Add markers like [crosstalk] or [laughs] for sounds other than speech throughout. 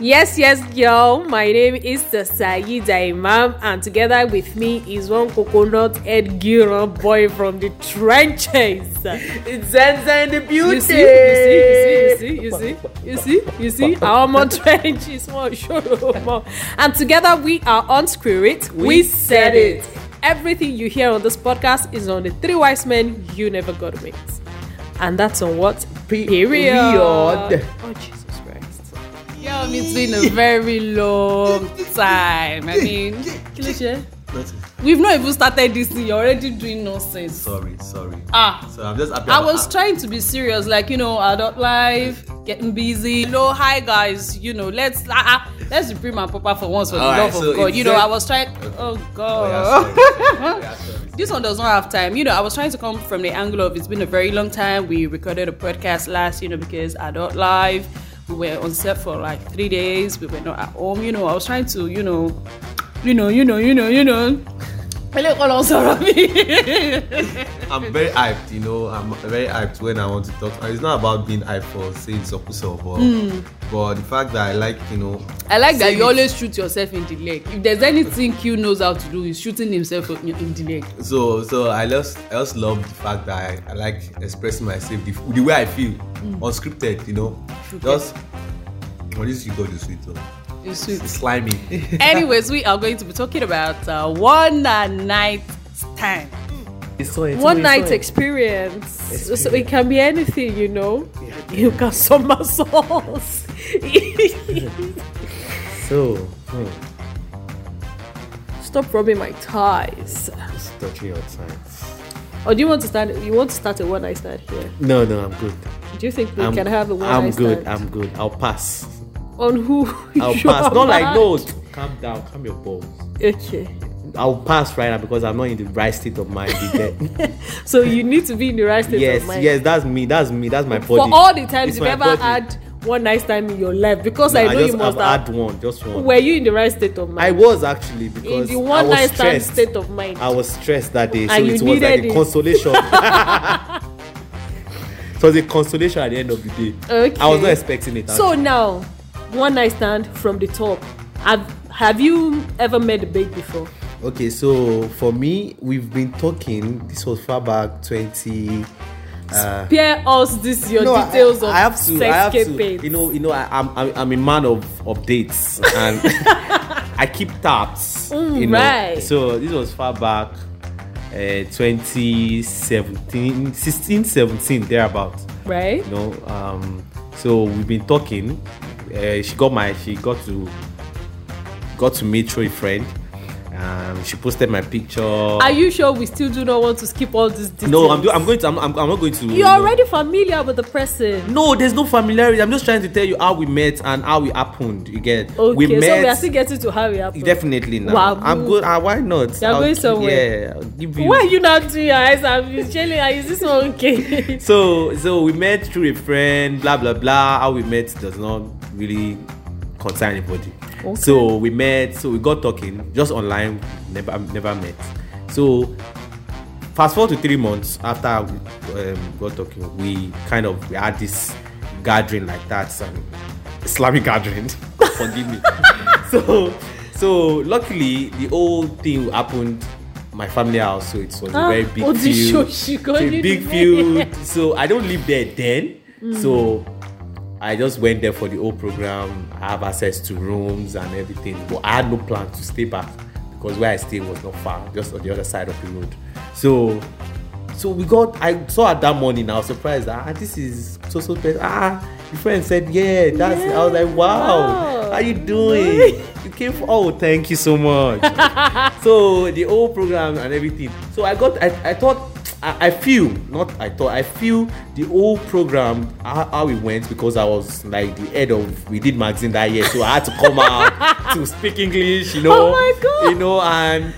Yes, yes, y'all. My name is Saida Imam, and together with me is one coconut head girl boy from the trenches. It's Zenza in the beauty. You see, you see, you see, you see, you see, you [laughs] see, our more trenches, more show more. And together we are on Spirit. We said it. Everything you hear on this podcast is on the three wise men you never got with. And that's on what? Period. Oh, Jesus Christ. Yeah, it's been a very long time. I [laughs] mean, Kilichi, Nothing. we've not even started this thing. You're already doing nonsense. Sorry, sorry. Ah. So I'm just happy. I I'm- was I'm- trying to be serious, like you know, adult life, getting busy. Hello, hi guys. You know, let's uh, uh, let's be prim and proper for once, for the All right, love so of God. it's You know, just- I was trying. Oh Oh, God. yeah, [laughs] sorry. Yeah, sorry. This one does not have time. You know, I was trying to come from the angle of it's been a very long time. We recorded a podcast last, you know, because adult life. We were on set for like three days. We were not at home. You know, I was trying to, you know, you know, you know, you know, you know. Hello, hello, sorry. [laughs] I'm very hyped, you know. I'm very hyped when I want to talk. And it's not about being hyped for saying Sokuso, but, Hmm. but the fact that I like, you know, I like that Save you it. always shoot yourself in the leg. If there's anything Q knows how to do, he's shooting himself in in the leg. so so I just I just love the fact that I, I like expressing myself the, the way I feel, Hmm. unscripted, you know. Just what is you got the sweet though? It's sweet. Slimy. [laughs] Anyways, we are going to be talking about uh, one uh, night stand. One night experience. So it can be anything, you know. You can somersaults. So, hmm, [laughs] Stop rubbing my thighs. it's touching your times. Or do you want to start? You want to start a one night stand here? No, no, I'm good. Do you think we I'm, can have a one I'm night good. stand? I'm good. [laughs] I'll pass. On who? I'll you pass. are Not like mad. no. Calm down. Calm your balls. Okay. I'll pass right now because I'm not in the right state of mind. with [laughs] that. So you need to be in the right state yes, of mind. yes, that's me. That's me. That's my body. for all the times It's you've my ever body. had one nice time in your life because No, i know just, you must I've have had one, just one. were you in the right state of I mind was actually in because the one I was nice time stressed. state of mind I was stressed that day, so And you it was like needed a it. [laughs] consolation. [laughs] it was a consolation at the end of the day. okay I was not expecting it. so now one night stand from the top have have you ever met a babe before Okay, so for me, we've been talking. This was far back twenty. Uh, Spare us this your no, I- details of I have to. I have sexcapades. to. You know, you know, I, I'm, I'm I'm a man of of dates, [laughs] and I keep tabs. Mm, you know, right. so this was far back, uh, 2017, 16, 17, thereabout. right You know, um, so we've been talking. Uh, she got my, she got to, got to meet through a friend. Um, she posted my picture. are you sure we still do not want to skip all these details No, I'm, do, I'm going to. I'm, I'm, I'm not going to. you're already familiar with the person No, there's no familiarity. I'm just trying to tell you how we met and how it happened. You get. okay we so we are met. still getting to how it happened definitely now. Wow. I'm good. Ah, why not? You're going somewhere. Yeah. I'll give you. why are you not doing your eyes i'm usually i is this one [laughs] okay So so we met through a friend. Blah blah blah. How we met does not really concern anybody. Okay. So we met. So we got talking just online. Never never met. So fast forward to three months after we um, got talking, we kind of we had this gathering like that, some Islamic [laughs] gathering. Forgive me. [laughs] so, so luckily the whole thing happened my family house, so it was Ah, a very big Odi field, Shoshigo, you a big did field. So I don't live there then. So I just went there for the whole program. I have access to rooms and everything, but I had no plan to stay back because where I stayed was not far, just on the other side of the road. So, so we got. I saw her that morning. I was surprised. Ah, this is so so best. Ah, the friend said, yeah, that's. it." I was like, wow, Wow. how you doing? you came for. Oh, thank you so much. so the whole program and everything. So I got. I, I thought. I, I feel not. I thought. I feel the whole program how, how it went because I was like the head of we did magazine that year, so I had to [laughs] come out to speak English. You know. Oh my God. You know and.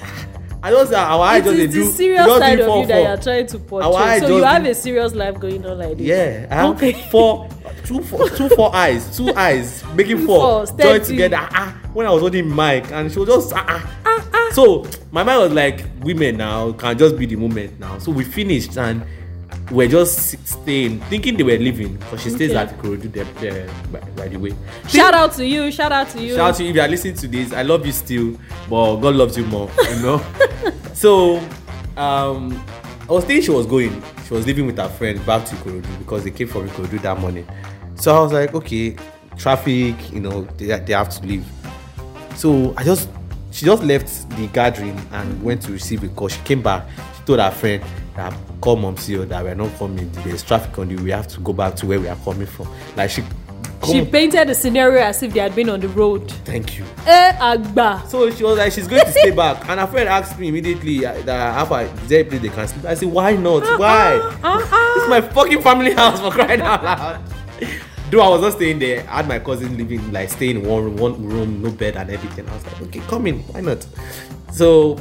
I just I, I it just is dey the do serious just do side of four, you that you four. are trying to I portray so just you have do- a serious life going on like this Yeah, I have Okay. four, two, four, two, four eyes, two eyes, making Two four, fours, joined thirty. together. Ah, ah, when I was holding mic, and she was just ah, ah. So my mind was like, women now can just be the moment now. So we finished, and were just staying, thinking they were leaving, because she stays Okay. at Kurodu there, uh, by, by the way. Shout out to you. Shout out to you. Shout out to you if you are listening to this. I love you still, but God loves you more. You know. so, um, I was thinking she was going. She was living with her friend back to Ikorodu because they came from Ikorodu that morning. So I was like, okay, traffic. You know, they, they have to leave. So I just she just left the gathering and went to receive a call. She came back. She told her friend that call mom see you that we're not coming. There's traffic on you. We have to go back to where we are coming from. Like she. She come- painted the scenario as if they had been on the road. Thank you. Eh, Agba. So she was like, she's going to stay back. And her friend asked me immediately uh, that how far is there a place they can sleep? I said, why not? Ah, Why? It's my fucking family house for crying out loud. Though I was not staying there, I had my cousin living, like staying in one room, one room, no bed and everything. I was like, okay, come in, why not? So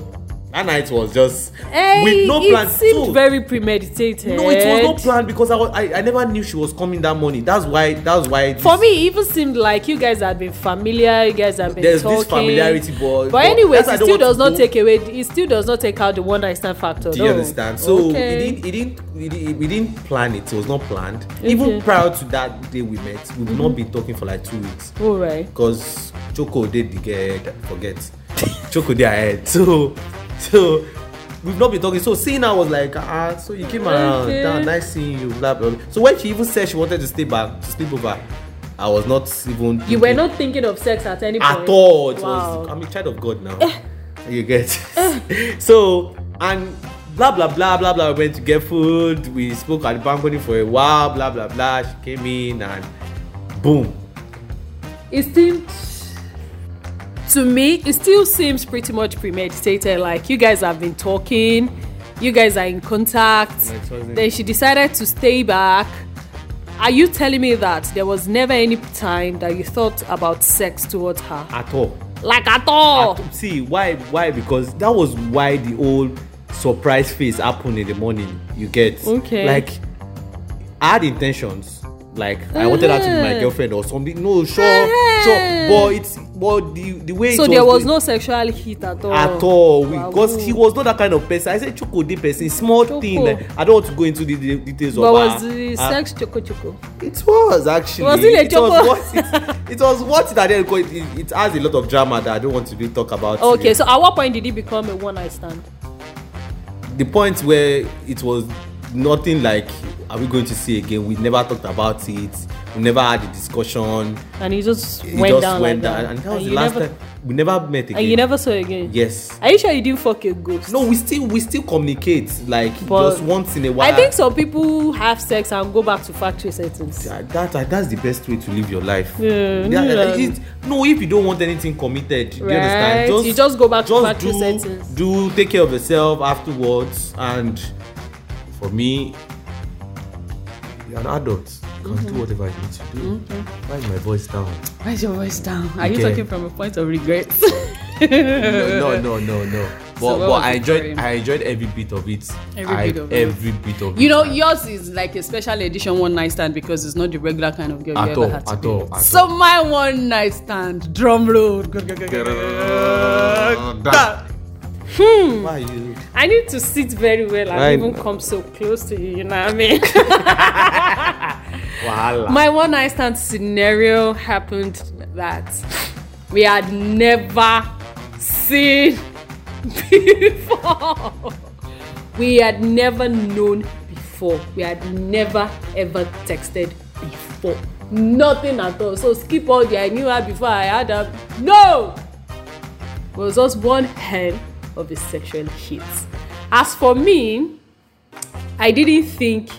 that night was just Hey, with no it plan. seemed So- very premeditated. no, it was not planned because I, was, I I never knew she was coming that morning. That's why that's why For this- me, it even seemed like you guys had been familiar. You guys had been There's talking. this familiarity, but- But, but anyways, that's why I it still don't want to does not go- take away. It still does not take out the one night stand factor. Do you no. understand? So okay. it didn't, it didn't, we didn't, we didn't plan it. It was not planned. Okay. Mm-hmm. Even prior to that day we met, we've not been talking for like two weeks All right. because Choco did the get forget. [laughs] Choco did ahead. So, so we've not been talking. So seeing her was like, ah, so you came around. Okay. "Ah, nice seeing you. Blah blah. blah." So when she even said she wanted to stay back to sleep over, I was not even. You were thinking not thinking of sex at any point. at all. It Wow. Eh. was, I'm a child of God now. you get [laughs] so and blah blah blah blah blah. We went to get food. We spoke at the balcony for a while. Blah blah blah. She came in and boom. it seemed to me it still seems pretty much premeditated like you guys have been talking you guys are in contact No, it wasn't. then she decided to stay back are you telling me that there was never any time that you thought about sex towards her At all. like at all At- see why why because that was why the whole surprise face happened in the morning. You get Okay. like I had intentions. Like I wanted her to be my Uh-huh. girlfriend or something. No, sure, Uh-huh. sure. But it's but the the way so it there was going- no sexual heat at all at all we Oh, Wow. because he was not that kind of person i say choko dey person small Choco. thing like, i don't want to go into the the details but of was her the her- sex choco choco it was actually Was it a choco? was worth it it was worth it at the end because it, it, it has a lot of drama that i don't want to really talk about okay here. so at what point did it become a one night stand the point where it was nothing like are we going to see again we never talked about it we never had a discussion and you just it went just down went like down and that was you the last never, time we never met again and you never saw again yes Are you sure you didn't fuck a ghost? no we still we still communicate like But- just once in a while I think some people have sex and go back to factory settings. Yeah, that that- that's the best way to live your life. Yeah, That- yeah. it- no, if you don't want anything committed, you Right, understand. you just go back to just factory do, settings. Do take care of yourself afterwards, and for me you're an adult you can Mm-hmm. do whatever you need to do why is my voice [laughs] down Why's your voice down? Are you Okay. talking from a point of regret? no no no no no but So what but was i it for enjoyed him? i enjoyed every bit of it Every I, bit of it. every bit [laughs] of you it know, yours is like a special edition one night stand because it's not the regular kind of girl you at ever all had to at be all with. at So my one night stand, drum roll. Go, go, go, go, go. all That- why [laughs] you? I need to sit very well and Right. even come so close to you. You know what I mean? Wahala. My one night stand scenario happened that we had never seen before. We had never known before. We had never ever texted before. Nothing at all. So skip all the I knew her before I had her. No! It was just one hell of a sexual hit. As for me, I didn't think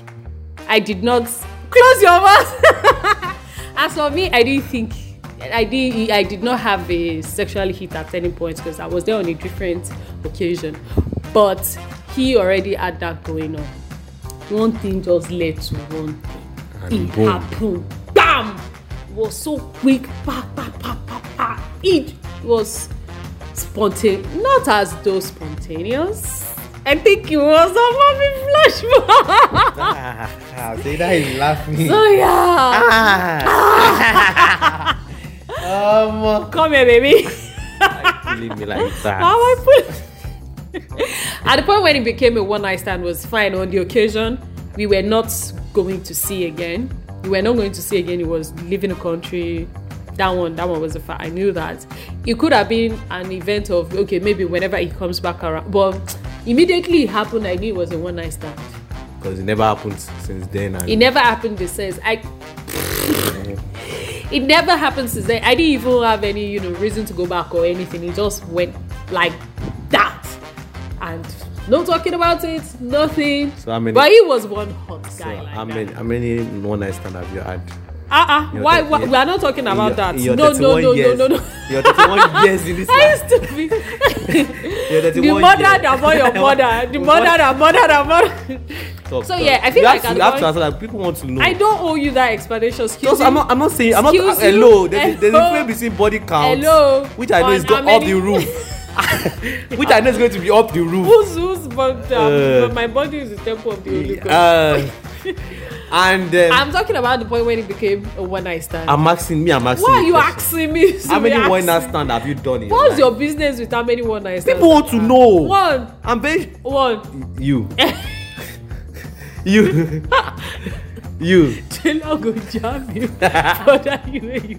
I did not close your mouth. [laughs] As for me, I didn't think I did I did not have a sexual hit at any point because I was there on a different occasion. But he already had that going on. One thing just led to one thing. And it boom. happened. Bam! It was so quick. Pa pa pa pa pa. It was spontaneous. Not as though spontaneous. I think it was a mommy flashback. Ah, say that is laughing. [laughs] So Oh, yeah, Ah. um, come here, baby. leave me like How that. I [laughs] put. At the point when it became a one night stand was fine on the occasion. we were not going to see again. We were not going to see again. He was leaving the country. That one, that one was a fact. I knew that. It could have been an event of okay, maybe whenever he comes back around. But immediately it happened, I knew it was a one night stand. because it never happened since then. And It never happened since. I. [laughs] it never happened since then. I didn't even have any, you know, reason to go back or anything. It just went like that, and no talking about it, nothing. So how many- But he was one hot guy. so like how that. many how many one night stand have you had? Uh-uh. Your Why, thirty- why? We are not talking about that. In your, no, in no, your 31 no, years, no, no, [laughs] no, [laughs] You're 31 years in this Are you life. stupid? [laughs] You're the 31 mother years. that bought [laughs] your mother. The mother that mother that mother. Talk, So talk. yeah, I think you I have to, can you have go- to answer that. People want to know. I don't owe you that explanation. Excuse Just, me. I'm not. I'm not saying. I'm not. Excuse you? hello. There's, a- there's a Hello? difference between body count, Hello? which I know On is go how up the many- [laughs] roof, [laughs] which I know is going to be up the roof. Who's who's but um, Uh, but my body is the temple of the Holy Ghost. Uh, and um, I'm talking about the point when it became a one night stand. I'm asking me. I'm asking. Why are you question. asking me? How many You're one night asking- stand have you done in your What's life? your business with how many one night stands? People want to know. One, I'm very one. you. [laughs] you. you. Jela go jam [laughs] you. Brother, you, you.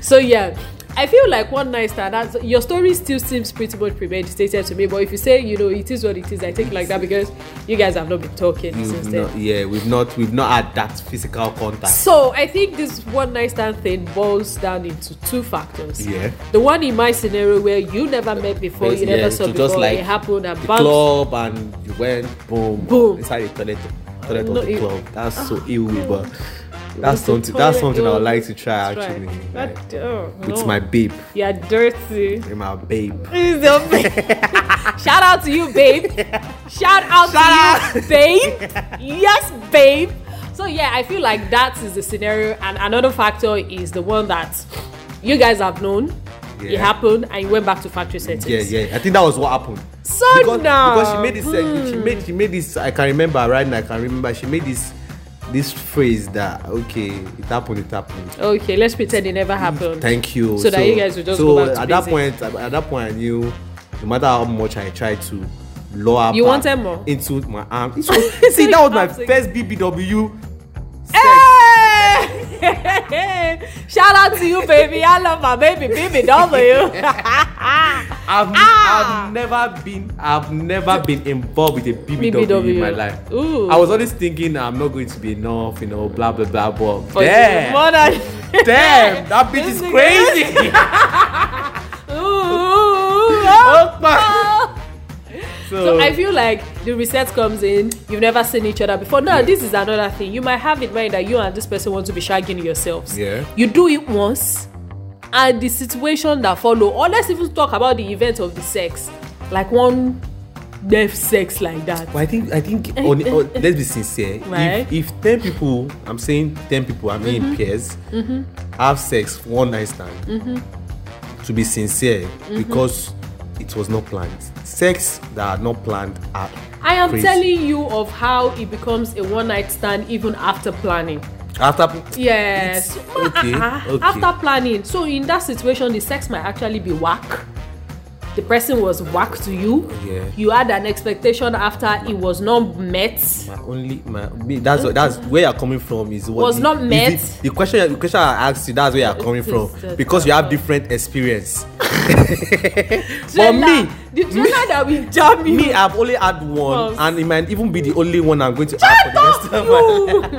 So yeah. I feel like one night stand. That's, your story still seems pretty much premeditated to me. But if you say, you know, it is what it is, I take it like that because you guys have not been talking since You've then. not, yeah, we've not we've not had that physical contact. So I think this one night stand thing boils down into two factors. Yeah. The one in my scenario where you never met before, you Yeah, never saw to before, just like it happened and the bounced. club and you went boom Boom. inside the toilet toilet No, of the it- Ah. club. That's so ill, but It's that's a something that's toilet, something I would like to try That's right. actually. like, That- oh, with no. my babe, You're dirty. with my babe. Please don't be- [laughs] Shout out to you, babe. Shout out to you, babe. Yes, babe. So yeah, I feel like that is the scenario, and another factor is the one that you guys have known. It Yeah. happened, and you went back to factory settings. Yeah, yeah. I think that was what happened. So because, now, because she made this uh, she made she made this i can remember right now i can remember she made this this phrase that okay it happened it happened Okay, let's pretend it never happened. thank you So that you guys will just so go back to at that basic. point at at that point i knew no matter how much i tried to lure her You back wanted more? into my arm [laughs] It was- see that was my Arms again. first Eh! bbw Hey! [laughs] Shout out to you, baby. I love my baby, baby [laughs] W. I've, Ah! I've never been I've never been involved with a BBW, BBW. in my life. Ooh. I was always thinking I'm not going to be enough, you know, blah blah blah. But [laughs] But damn, more than- [laughs] damn, that bitch This is nigga- crazy. [laughs] [laughs] Ooh, ooh, ooh, Oh, oh. so, So I feel like the reset comes in. You've never seen each other before. No, this is another thing. You might have in mind that you and this person want to be shagging yourselves. Yeah. You do it once, and the situation that follow. Or let's even talk about the event of the sex, like one deaf sex like that. but I think I [laughs] think on, on, let's be sincere. Right. Mm-hmm. If, if ten people, I'm saying ten people, I mean peers, have sex one night stand. Mm-hmm. To be sincere, because it was not planned. Sex that are not planned are I am crazy. telling you of how it becomes a one night stand even after planning. after Yes. It's- okay, Uh-uh. okay. [laughs] After planning. So in that situation, the sex might actually be whack. The person was whack to you. Yeah. You had an expectation after it was not met. my only my me- that's what that's where you're coming from is what Was the- not is met. it- the question the question i asked you that's where you're coming is from the- because you have different [laughs] experience [laughs] for Trailer. me the trailer that we jam you. me i've only had one Pause. and it might even be the only one i'm going to have for the rest of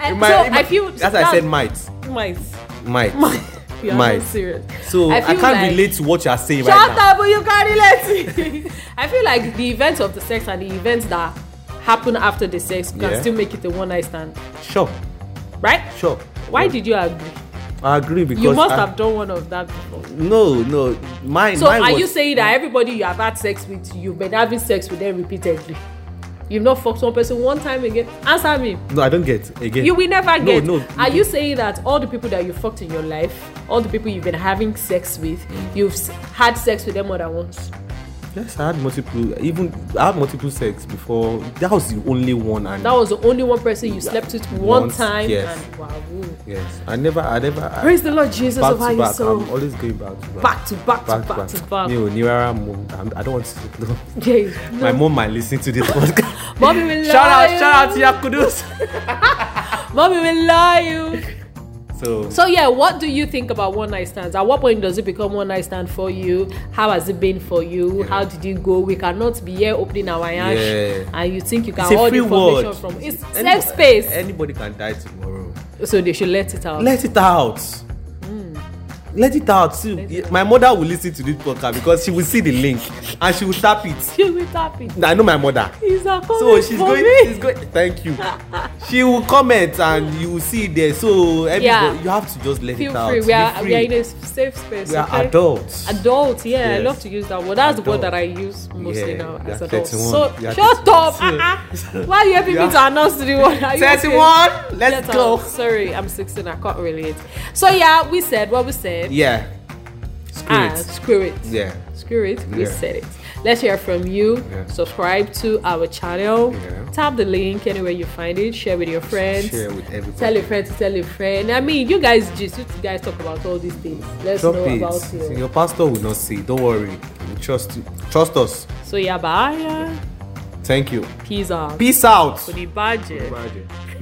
[laughs] and It might- so it might- I feel as i said might might. [laughs] might You are might not serious. so i, I feel can't like- relate to what you're saying Shut right now up, but you can't relate. [laughs] I feel like the events of the sex and the events that happen after the sex can Yeah. still make it a one night stand, sure right? sure Why did you agree? i agree because You must I, have done one of that before. no no mine So mine are was, you saying that everybody you have had sex with, you've been having sex with them repeatedly? You've not fucked one person one time again? Answer me. no i don't get again You will never No, get. no. Are you saying that all the people that you fucked in your Mm. life, all the people you've been having sex with, you've s- had sex with them more than once? Yes, I had multiple. Even I had multiple sex before. That was the only one. And That was the only one person you slept with one Once, time. yes. And wow. woo. yes, I never, I never. I, Praise the Lord Jesus back of to our back. I'm soul. always going back to back. Back to back to back to back. No, Nira, mom, I'm- I don't want to. No. [laughs] Okay. My mom might listen to this podcast. [laughs] Mommy will shout lie. out, shout out to [laughs] Yakudus. out. Mommy will lie you. So, So yeah, what do you think about one night stands? At what point does it become one night stand for you? How has it been for you? How did you go? We cannot be here opening our hands Yeah. and you think you can it's a hold free information world. from it's Any- eh. safe space. Anybody can die tomorrow. so they should let it out. Let it out. Hmm. Let it out. See, my mother will listen to this podcast because she will see the link and she will tap it. She will tap it. I know my mother. It's a so comment she's for going, me. she's going thank you she will comment and you will see it there so everybody Yeah. you have to just let it Feel out free. We Be are free. we are in a safe space. We are okay? adults Adult, yeah, I Yes. love to use that word. That's the word Adult. that I use mostly Yeah, now you as are adult. 31. So You are shut 31. up! [laughs] uh-uh. Why are you helping You me are- to announce the reward? Are you okay? 31 let's Shut go up. Sorry, I'm 16. I can't relate. So yeah, we said what we said. yeah screw Ah, it screw it. yeah Screw it. We Yeah. said it. Let's hear from you. Yeah. Subscribe to our channel. Yeah. Tap the link anywhere you find it. Share with your friends. share with everybody Tell a friend to tell a friend. I mean, you guys just you guys talk about all these things. Let's drop know it about you. your pastor will not see don't worry we trust you trust us So yeah, bye. thank you Peace out. peace out Kuni budget. Imagine.